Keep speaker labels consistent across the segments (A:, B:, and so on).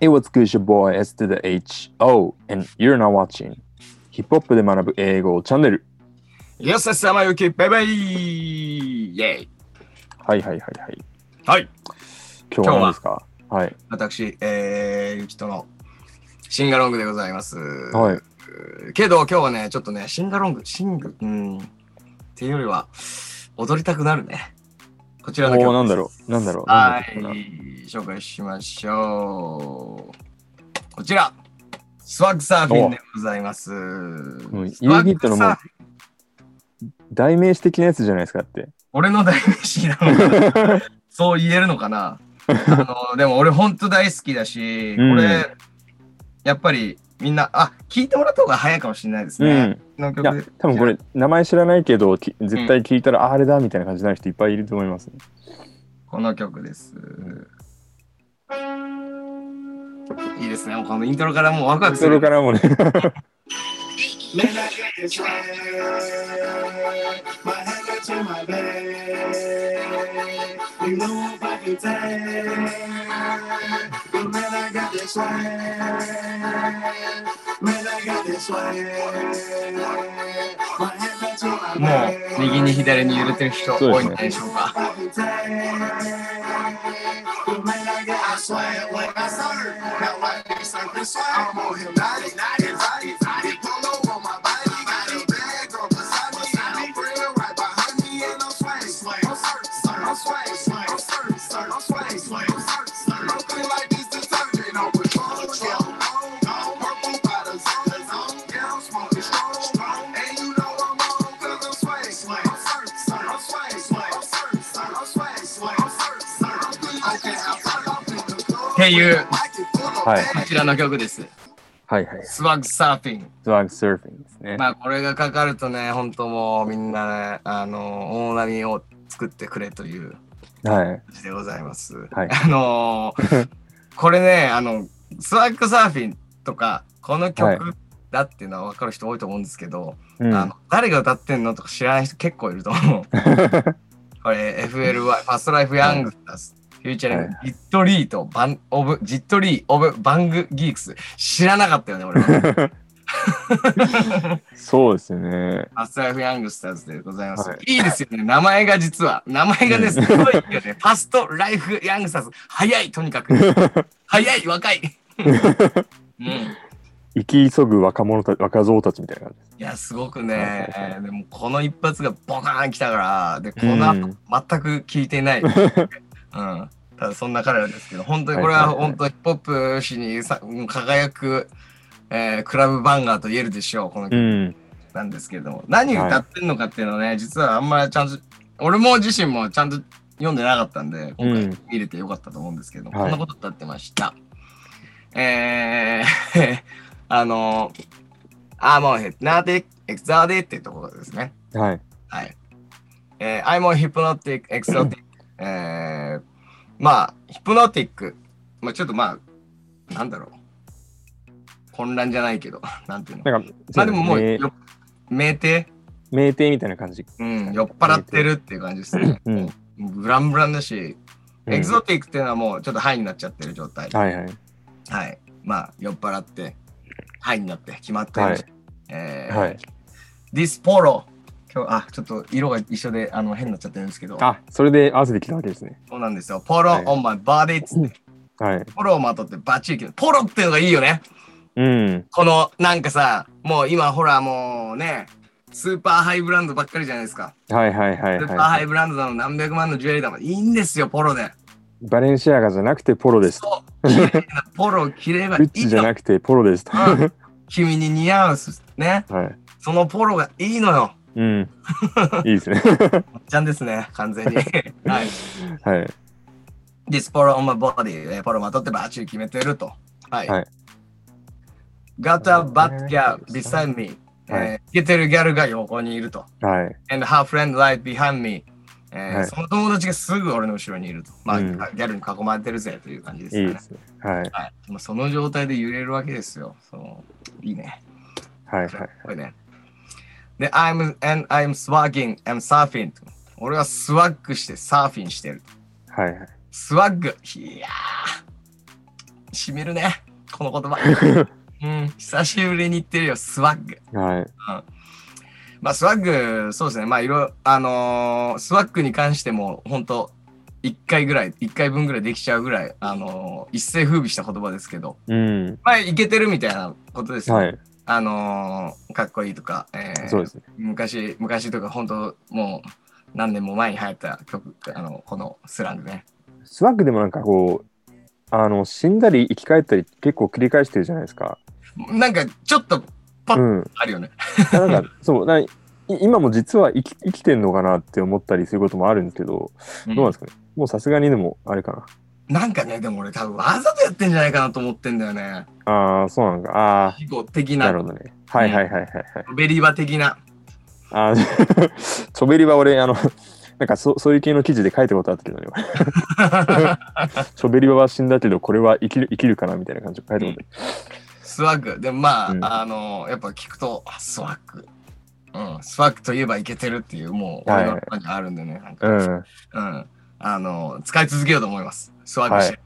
A: Hey, what's good, your boy S to the H. Oh, and you're not watching. ヒップホップで学ぶ英語チャンネル。
B: よっしゃ、さまゆき、バイバイイェイ
A: はいはいはいはい。
B: はい、
A: 今日は何ですかはい。
B: 私、えー、ゆきとのシンガロングでございます。
A: はい。
B: けど、今日はね、ちょっとね、シンガロング、シング、うん、っていうよりは、踊りたくなるね。こちらの
A: お
B: 曲
A: お、
B: で
A: な
B: す
A: んだろう。なんだろう。
B: は
A: なんだろう
B: い、紹介しましょう。こちら、スワッグサーフィンでございます。
A: もうユ
B: スワ
A: ーギ
B: ッ
A: ット
B: グ
A: の
B: サ
A: も
B: ー
A: う代名詞的なやつじゃないですかだって。
B: 俺の代名詞なのか なそう言えるのかなあのでも俺ほんと大好きだし、
A: うん
B: これやっぱりみんなあ聞いてもらった方が早いかもしれないです
A: う
B: ね、
A: ん。
B: の
A: いや
B: 曲、
A: 多分これ、名前知らないけど、き絶対聞いたら、ああれだみたいな感じになる人いっぱいいると思います、ね。
B: この曲です、いいですねもうこのイントロからもうワクワクす
A: それ
B: る
A: からもね。
C: May I get this right? My head got to my bed. You know I'm fucking tired. But man, I got this right. Man, I got this right. My head got to my
B: もう右に左に揺れ
C: bed.
B: てる人
A: そう
B: 多
A: で
B: い
A: す
B: ん
A: ね
B: でしょうか
C: Fucking tired. But man, I got this right. Like I serve. Now I be serving swag. I'm on him. Not it, not it, not it, not it. Don't know on my body. Got a bag on beside me. I'm grilling right behind me and I'm swag. Swag. I'm serving, serving. I'm swag. Swag. I'm serving, serving. I'm swag. Swag. I'm serving, serving. Nothing like this detergent. I'm with Paul. Purple bottles on the zone. Yeah, I'm smoking strong. Strong. And you know I'm on 'cause I'm swag. Swag. I'm serving, serving. I'm swag. Swag. I'm serving, serving. I'm swag. Swag. I'm serving, serving. Nothing like this detergent.
B: っていう
A: はい。
B: こちらの曲です
A: はいはい。
B: スワッグサーフィン
A: ドラッグサーフィンですね。
B: まあこれがかかるとね本当もうみんなねあの大波を作ってくれという
A: はい。
B: でございます。
A: はい
B: あのーこれね、あの、スワッグサーフィンとか、この
A: は
B: 曲だっていうのは分かる人多いと思うんですけど、
A: うん。
B: あの誰が歌ってんのとか知らない人結構いると思う。 これ、FLY、ファストライフ・ヤングタス、フューチャリング、ジットリーとバン、オブ、ジットリー・オブ・バング・ギークス。知らなかったよね、俺は。フ
A: そうですね。
B: ァストライフ・ヤングスターズでございます。
A: はい
B: い、いですよね、名前が実は。名前がね、すごいよね。ファスト・ライフ・ヤングスターズ。早い、とにかく。早 い若いうんい
A: 生き急ぐ若者た若造たちみたいな感じです。
B: やすごく
A: はいはい
B: ねでもこの一発がボカーン来たからでこ
A: う
B: の後
A: ん
B: 全く聞いて いない、うん、ただそんな彼らですけど本当にこれ
A: はい
B: は
A: はいはい
B: 本当ヒップホップ史にさ輝く、えークラブバンガーと言えるでしょうこの
A: う
B: 曲
A: ん。
B: なんですけれども、何歌ってんのかっていうのはね実はあんまりちゃんと俺も自身もちゃんと読んでなかったんで今
A: う
B: 回
A: ん
B: 見れてよかったと思うんですけど、
A: はい
B: こんなこと歌ってました。えー、 あのアーモンヘッナーティックエクザーディっていうところですね。
A: はい。
B: はい。えー、I'm on hypnotic, exotic. えー、まあ、ヒプノティック。まあ、ちょっとまあ、なんだろう。混乱じゃないけど、なんていうの。
A: なんか、
B: まあでももう、
A: 名
B: よ酩酊、
A: 名店みたいな感じ。
B: うん、酔っ払ってるっていう感じですね。
A: うん。うん
B: ブランブランだし、エキゾティックっていうのはもうちょっとハイになっちゃってる状態。
A: はいはい。
B: はい。まあ、酔っ払って、ハイになって決まってる。
A: はい。
B: えー
A: はい。
B: ディスポロ。今日、あ、ちょっと色が一緒であの変になっちゃってるんですけど、
A: あ、それで合わせてきたわけですね。
B: そうなんですよ。ポロ
A: はい、
B: オンマイバーディっつって、
A: はい。
B: ポロをまとってバッチリ決めるポロっていうのがいいよね。
A: うん。
B: この、なんかさ、もう今ほらもうね、スーパーハイブランドばっかりじゃないですか。
A: はいはいはい
B: スーパー
A: は
B: ハイブランドなの何百万のジュエリーだもん。いいんですよ、ポロで。
A: い。バレンシアガじゃなくてポロです。
B: そう。綺麗なポロを着れば
A: グ
B: い
A: ッ
B: い
A: チじゃ
B: の。
A: なくてポロです。
B: う
A: は
B: 君に似合うっすね。
A: い。
B: そのポロがいいのよ。
A: うん。いいですね。
B: おっちゃんですね、完 全に。はい。
A: はい。
B: ディスポロオンマボディ、えーポロまとってバッチリ決めてると。はい。
A: はい
B: ガタバッギャー、ビサイミ
A: はい
B: ー、ゲてるギャルが横にいると。
A: はい。
B: and her friend right behind me、えー
A: はい
B: その友達がすぐ俺の後ろにいると。まあ、
A: うん
B: ギャルに囲まれてるぜという感じです
A: い
B: よ
A: い
B: ね。
A: ですね。はい。
B: はいまあ、その状態で揺れるわけですよ。そういいね。
A: はい
B: こ
A: はい。
B: れね。で、I'm, and I'm swagging, I'm surfing. 俺はスワッグしてサーフィンしてる。
A: はいはい。
B: スワッグ。いやー。しみるね、この言 葉。うん、久しぶりに言ってるよ、スワッグ。
A: はい。
B: まあ、スワッグ、そうですね。まあ、いろいろ、あのースワッグに関しても、本当一回ぐらい、一回分ぐらいできちゃうぐらい、あのー一世風靡した言葉ですけど、
A: うん。
B: まあ、いけてるみたいなことですよね。
A: はい。
B: あのーかっこいいとか、えー
A: そうですね。
B: 昔、昔とか、本当もう、何年も前に流行った曲、あの、このスラングね。
A: スワッグでもなんかこう、あの、死んだり生き返ったり結構繰り返してるじゃないですか。
B: なんか、ちょっとパッ
A: うん。
B: あるよね。
A: なんか、 そう、なんかい今も実は生き生きてんのかなって思ったりすることもあるんですけど、どうなんですかね。もうさすがにでも、あれか
B: なんかね、でも俺多分わざとやってんじゃないかなと思ってんだよね。
A: な。ああ、そうなんか。ああ
B: 以後的
A: ー、なる
B: な、
A: ほどね。はいはいはいはいはい。
B: ベリーバ的な。
A: あー チョベリは俺、あの、なんかそそういう系の記事で書いたことあったけどね、俺 チョベリは死んだけど、これは生きる生きるかなみたいな感じで書いたことある
B: スワッグ。でもまあ、
A: うん
B: あの、やっぱ聞くと、あスワッグ。うん、スワッグといえばいけてるっていう、もう、
A: は
B: 俺
A: い
B: の中にあるんでね、なんか、
A: うん。
B: うん。あの、使い続けようと思います。スワッグして。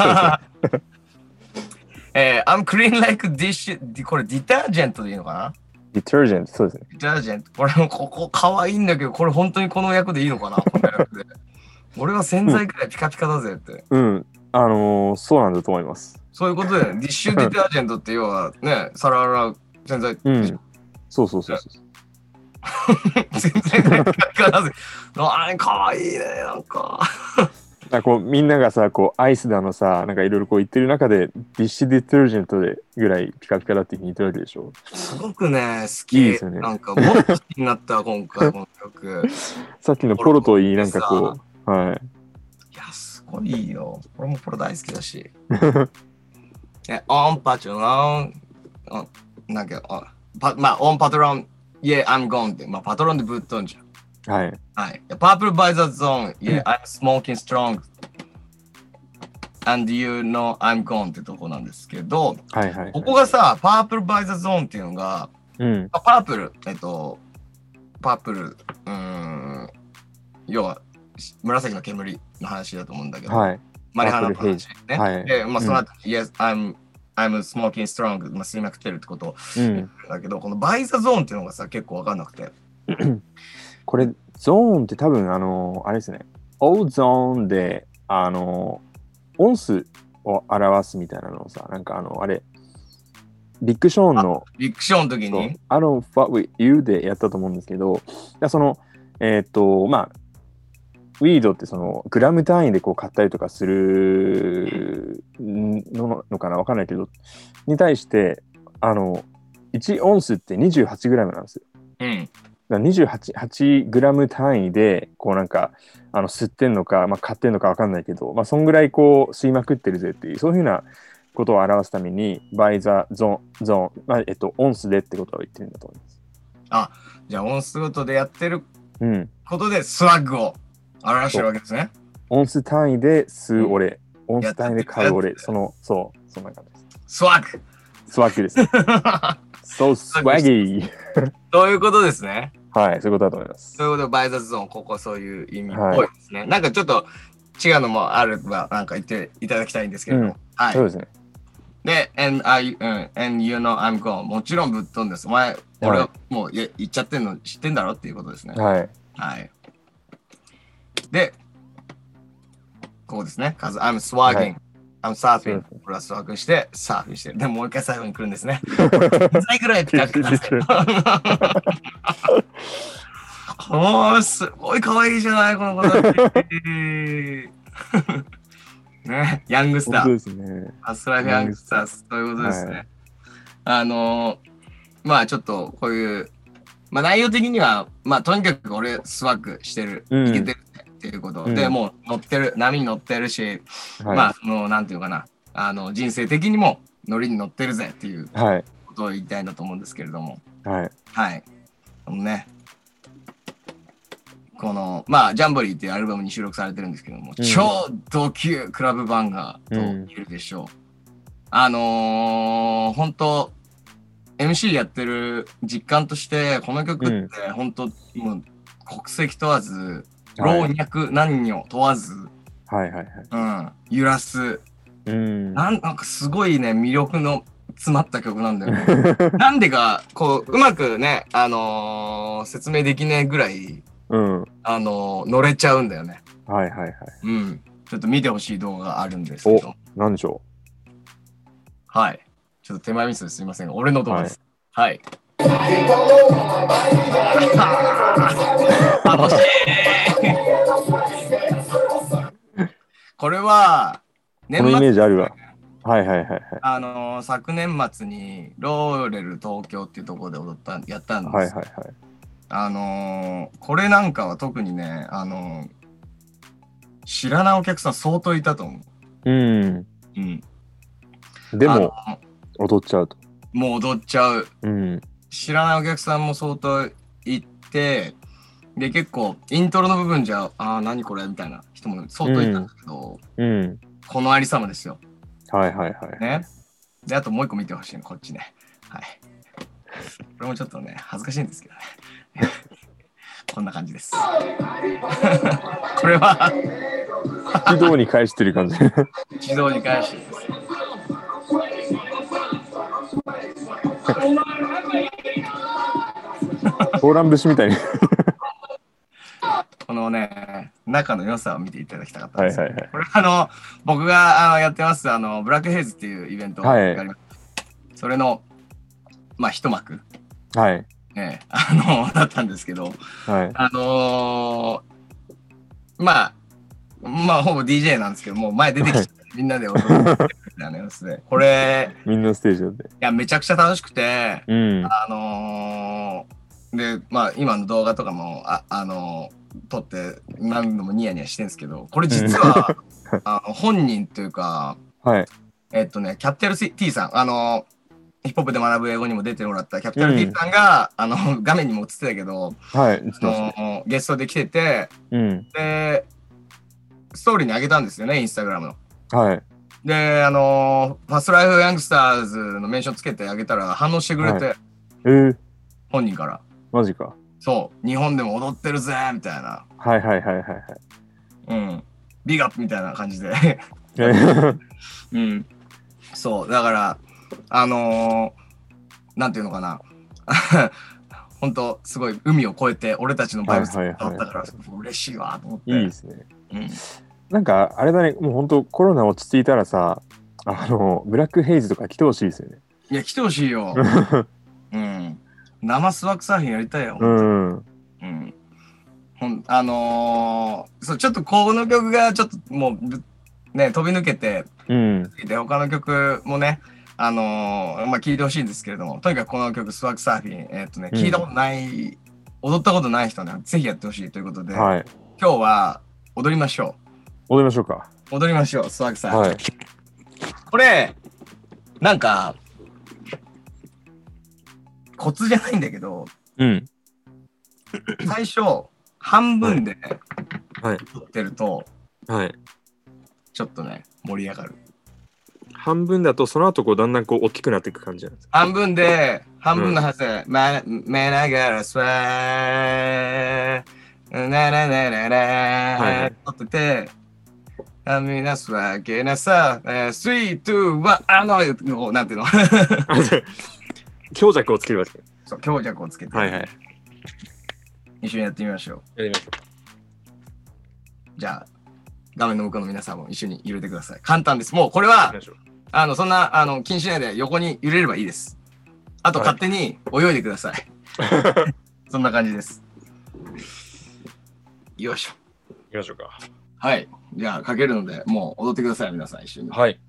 B: えー、I'm clean like dish, これディタージェントでいいのかな
A: ディタージェント、そうですね。
B: ディタージェント。これもここ可愛いんだけど、これ本当にこの役でいいのかなこの役で。 俺は洗剤くらいピカピカだぜって。
A: うん。あのーそうなんだと思います。
B: そういうことだよね。ディッシュディタージェントって要はね、皿洗う洗剤、
A: うん。そうそうそうそう。
B: 洗剤がピカピカだぜ。 あれ、かわいいね、なんか。
A: なんかこうみんながさこうアイスだのさなんかいろいろこう言ってる中でディッシュディタージェントでぐらいピカピカだって言ってるわけでしょ
B: すごくね、好
A: いい
B: き。
A: ですよね
B: なんか、もっと好きになった、今回、この曲。
A: さっきのポロといいなんかこうはい
B: いや、すごいいいよ。俺もこれ大好きだし。え、オンパトロン、あなんか、あパまあ、オンパトロン、Yeah, I'm gone って、まあ、パトロンでぶっ飛んじゃう。
A: はい
B: はい。Purple by the zone. Yeah, I'm smoking strong. And you know I'm gone ってとこなんですけど、
A: はいはい
B: ここがさ、Purple by the zone っていうのが、
A: うん
B: パープル、えっと、パープル、うーん、要はし紫の煙の話だと思うんだけど、
A: はい
B: マリハナの話ね。
A: はい
B: で、まあ、その後、Yes, I'm, I'm smoking strong, まあ、吸いまくってるってこと
A: うん
B: だけど、この by the zone っていうのがさ、結構わかんなくて。
A: これゾーンって多分あのーあれですねオーゾーンであのー音数を表すみたいなのをさなんかあのあれビッグショーンの
B: ビッグショーの時
A: そう
B: に、
A: I don't fuck with you でやったと思うんですけど、いやその、えーっ、と、まあ、ウィードってそのグラム単位でこう買ったりとかするののかなわかんないけど、に対して、あの、1オンスって28グラムなんですよ。
B: うん、
A: だから28 8グラム単位で、こうなんか、あの吸ってんのか、まあ、買ってんのかわかんないけど、まあ、そんぐらいこう吸いまくってるぜっていう、そういうふうなことを表すために、バイザーゾーン、ゾーン、まあ、えっと、オンスでってことを言ってるんだと思います。
B: じゃあ、オンスごとでやってる
A: うん。
B: ことでスワッグを表してるわけですね。
A: オンス単位で吸う俺、オン
B: やっ
A: ス
B: た
A: 単位で買う
B: や
A: 俺
B: っ、た
A: その、そう、そんな感じです。
B: スワッグ
A: スワッグです。そう、スワッギー。
B: ということですね。
A: はい、そういうことだと思います
B: と。いうことで、バイザスゾーン、ここそういう意味っぽいですね。なんかちょっと違うのもあれば、なんか言っていただきたいんですけれども。
A: うん
B: はい
A: そう。ですね。
B: で、and, I, うん、and you know I'm gone. もちろんぶっ飛んです。お前、俺はもういや言っちゃってんの知ってんだろっていうことですね。
A: はい。
B: はい。で、ここですね。Cause I'm swagging.、
A: はい
B: I'm
A: そう
B: surfing.
A: です
B: これはスワッグして、サーフィンしてる。でももう一回最後に来るんですね。歳ぐらいピカピカだぜ おーすごい可愛いじゃない、この子 たち。ね、ヤングスタ
A: 本当
B: ー、
A: ですね。
B: アストライフヤングスター、ということですね。
A: は
B: あのーまあちょっとこういう、まあ内容的には、まあとにかく俺スワッグしてる、
A: うん
B: いけてるっていうこと、
A: うん
B: で、もう乗ってる、波に乗ってるし、
A: はい。
B: まあその、なんていうかな、あの人生的にも乗りに乗ってるぜっていう
A: はい。
B: ことを言いたいんだと思うんですけれども。
A: はい。
B: はい。あのね。この、まあ、ジャンボリーっていうアルバムに収録されてるんですけども、
A: うん
B: 超ド級クラブバンガーと言えるでしょう。あのー、本当 MC やってる実感として、この曲って本当、もう国籍問わず、
A: はい
B: 老若男女問わず、
A: はい。はい。はい。
B: うん、揺らす
A: ううん。
B: なんなんかすごいね魅力の詰まった曲なんだ よね。なんでかこううまくねあのー説明できないぐらい
A: うん。
B: あのー乗れちゃうんだよね。
A: はいはいはい。
B: うん。ちょっと見てほしい動画があるんですけど。
A: なんでしょ
B: はい。ちょっと手前ミスですいませんが俺の動画です。はい。楽しい これは
A: う。
B: 年
A: このイメージあるわ
B: 末。
A: はいはいはいはい。
B: あのー昨年末にローレル東京っていうところで踊ったんやったんです、
A: はいはいはい。
B: あのーこれなんかは特にね、あのー知らないお客さん相当いたと思
A: うん。
B: う、うん、
A: でも、
B: あの
A: 踊っちゃうと。
B: もう踊っちゃう
A: うん。
B: 知らないお客さんも相当いてで結構イントロの部分じゃあー何これみたいな人も相当いたんだけど、
A: うん。
B: このありさまですよ
A: はいはいはい。
B: ね。で、あともう一個見てほしいの、こっちね。はい。これもちょっとね、恥ずかしいんですけどね。 こんな感じです。 これは
A: 軌道に返してる 感じ。
B: 自動に返してです。
A: トーラン節みたいに。
B: このね、仲の良さを見ていただきたかった
A: は
B: んで
A: い
B: す。
A: はいはい。
B: これあの、僕があのやってます、あの、ブラックヘイズっていうイベントがあります。それの、まあ、一幕、
A: はい。
B: ね、あの、だったんですけど、
A: はい。
B: あのーまあ、まあ、ほぼ DJ なんですけど、もう前出てきちゃって、みんなで踊るみたいなやつで。これ、
A: みんなステージだって
B: い。や、めちゃくちゃ楽しくて、
A: うん。
B: あのーで、まあ、今の動画とかも、あ、あのー撮って、何度もニヤニヤしてるんですけど、これ実は、 あの本人というか、
A: はい。
B: えっとね、キャピタル C- T さん、あのーヒップホップで学ぶ英語にも出てもらったキャピタル T さんが、あの画面にも映ってたけど、
A: はい。映って
B: あ
A: ますね。
B: のーゲストで来てて
A: うん。
B: で、ストーリーにあげたんですよね、インスタグラムの。
A: はい。
B: で、あのーファストライフヤングスターズのメンションつけてあげたら反応してくれて、
A: えー、
B: 本人から。
A: マジか。
B: そう、日本でも踊ってるぜみたいな。
A: はいはいはいはいはい。
B: うん。ビガップみたいな感じで。
A: えー
B: うん。そう、だから、あのーなんていうのかな。 本当すごい海を越えて俺たちのバイブスが伝わったから、
A: はいはいはい
B: 嬉しいわと思って。
A: いいですね。
B: うん
A: なんか、あれだね、もう本当コロナ落ち着いたらさ、あの、ブラックヘイズとか来てほしいですよね。
B: いや、来てほし いよ。うん。生スワックサーフィンやりたいよ。
A: うん。は
B: うん。ほん、あのーそう、ちょっとこの曲がちょっともうぶ、ね、飛び抜けて、
A: うん。
B: で、他の曲もね、あのーまあ、聴いてほしいんですけれども、とにかくこの曲、スワックサーフィン、えーっとね、
A: うん
B: 聴いたことない、踊ったことない人ね、ぜひやってほしいということで、
A: はい。
B: 今日は踊りましょ
A: 踊りましょうか。
B: う。踊りましょう、スワックサーフィン。
A: はい。
B: これ、なんか、コツじゃないんだけど、
A: うん。
B: 最初半分で
A: はい
B: 撮ってると
A: はい。
B: ちょっとね盛り上がる
A: 半分だと、その後こう、だんだんこう、大きくなっていく感じなんですか。
B: 半分で半分のはず「まめながらスワー」なななな
A: はいは
B: ない撮ってて「あみなすわけなさ」えー「スイートはあの」こうなんていうの
A: 強弱をつけるわけ。
B: そう強弱をつけて、
A: はいはい。
B: 一緒にやってみましょう
A: やりましょ
B: じゃあ画面の向こうの皆さんも一緒に揺れてください簡単ですもうこれ
A: う。や
B: は
A: りましょう。
B: あの、そんな、あの、気にしないで横に揺れればいいです。あと、
A: はい
B: 勝手に泳いでくだ さい。そんな感じです。よいしょ。
A: やりましょうか。
B: はい。じゃあ、かけるので、もう踊ってください、皆さん一緒に。
A: はい。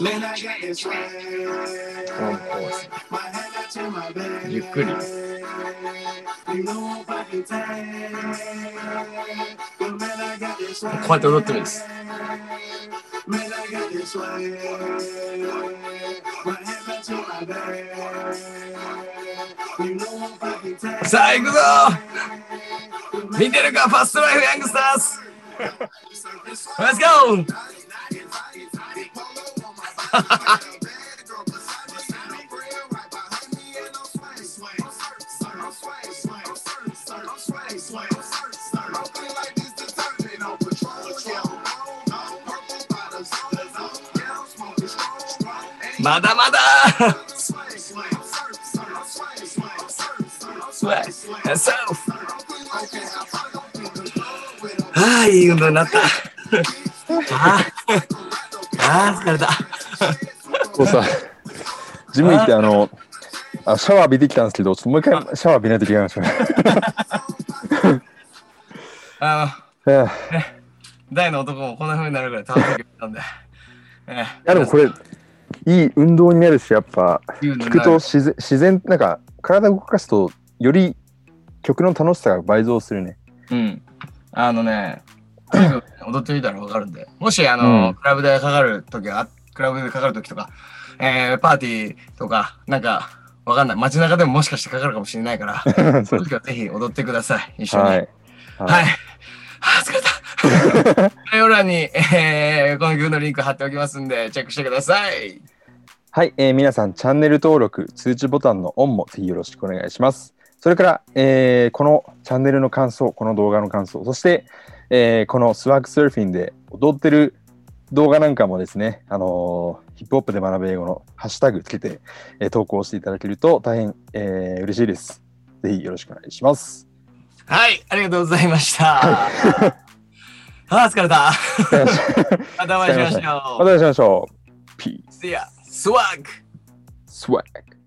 C: Man, I got this right.
B: このポーズ
C: My head up to my bed.
B: ゆっくりです。
C: You know I'm fucking tired. But man, I got this right.
B: こうやって踊ってるんです。
C: Man, I got this right. My head up to my bed. You know I'm fucking tired.
B: さあ、行くぞ見てるか、ファストライフヤングスタ ーズ !Let's go!
C: 「
B: まだまだそうああ、いい運動になった。ああ、ああ、疲れた。
A: こうさ、ジム行ってあの、あシャワー浴びてきたんですけど、ちょっともう一回シャワー浴びないといけないんですよ ね。
B: あ
A: えー
B: の大の男もこんな風になるぐらい楽しみなんで。え
A: いやでもこれ、いい運動になるし、やっぱ、聞くと自然、自然、なんか、体動かすと、より曲の楽しさが倍増するね。
B: うん。あのね、随分踊ってみたらわかるんで、もし、あの、
A: うん
B: クラブでかかるときは、クラブでかかるときとか、えー、パーティーとか、なんか、わかんない。街中でももしかしてかかるかもしれない から、その時はぜひ踊ってください。一緒に。
A: は
B: は
A: い。
B: い。はい。あー、疲れ た。概要欄に、えー、この曲のリンク貼っておきますんで、チェックしてください。
A: はい、えー皆さんチャンネル登録、通知ボタンのオンもぜひよろしくお願いします。それから、えーこのチャンネルの感想、この動画の感想、そして、えーこのスワークサーフィンで踊ってる動画なんかもですね、あのーヒップホップで学ぶ英語のハッシュタグつけて、えー投稿していただけると大変、えー嬉しいです。ぜひよろしくお願いします。
B: はい、ありがとうございました。あ ー、疲れ た。
A: お願いします
B: またお会いしまし
A: またお
B: ょう。
A: 会いしましょう。ピー
B: See ya. Swag.
A: スワッグ。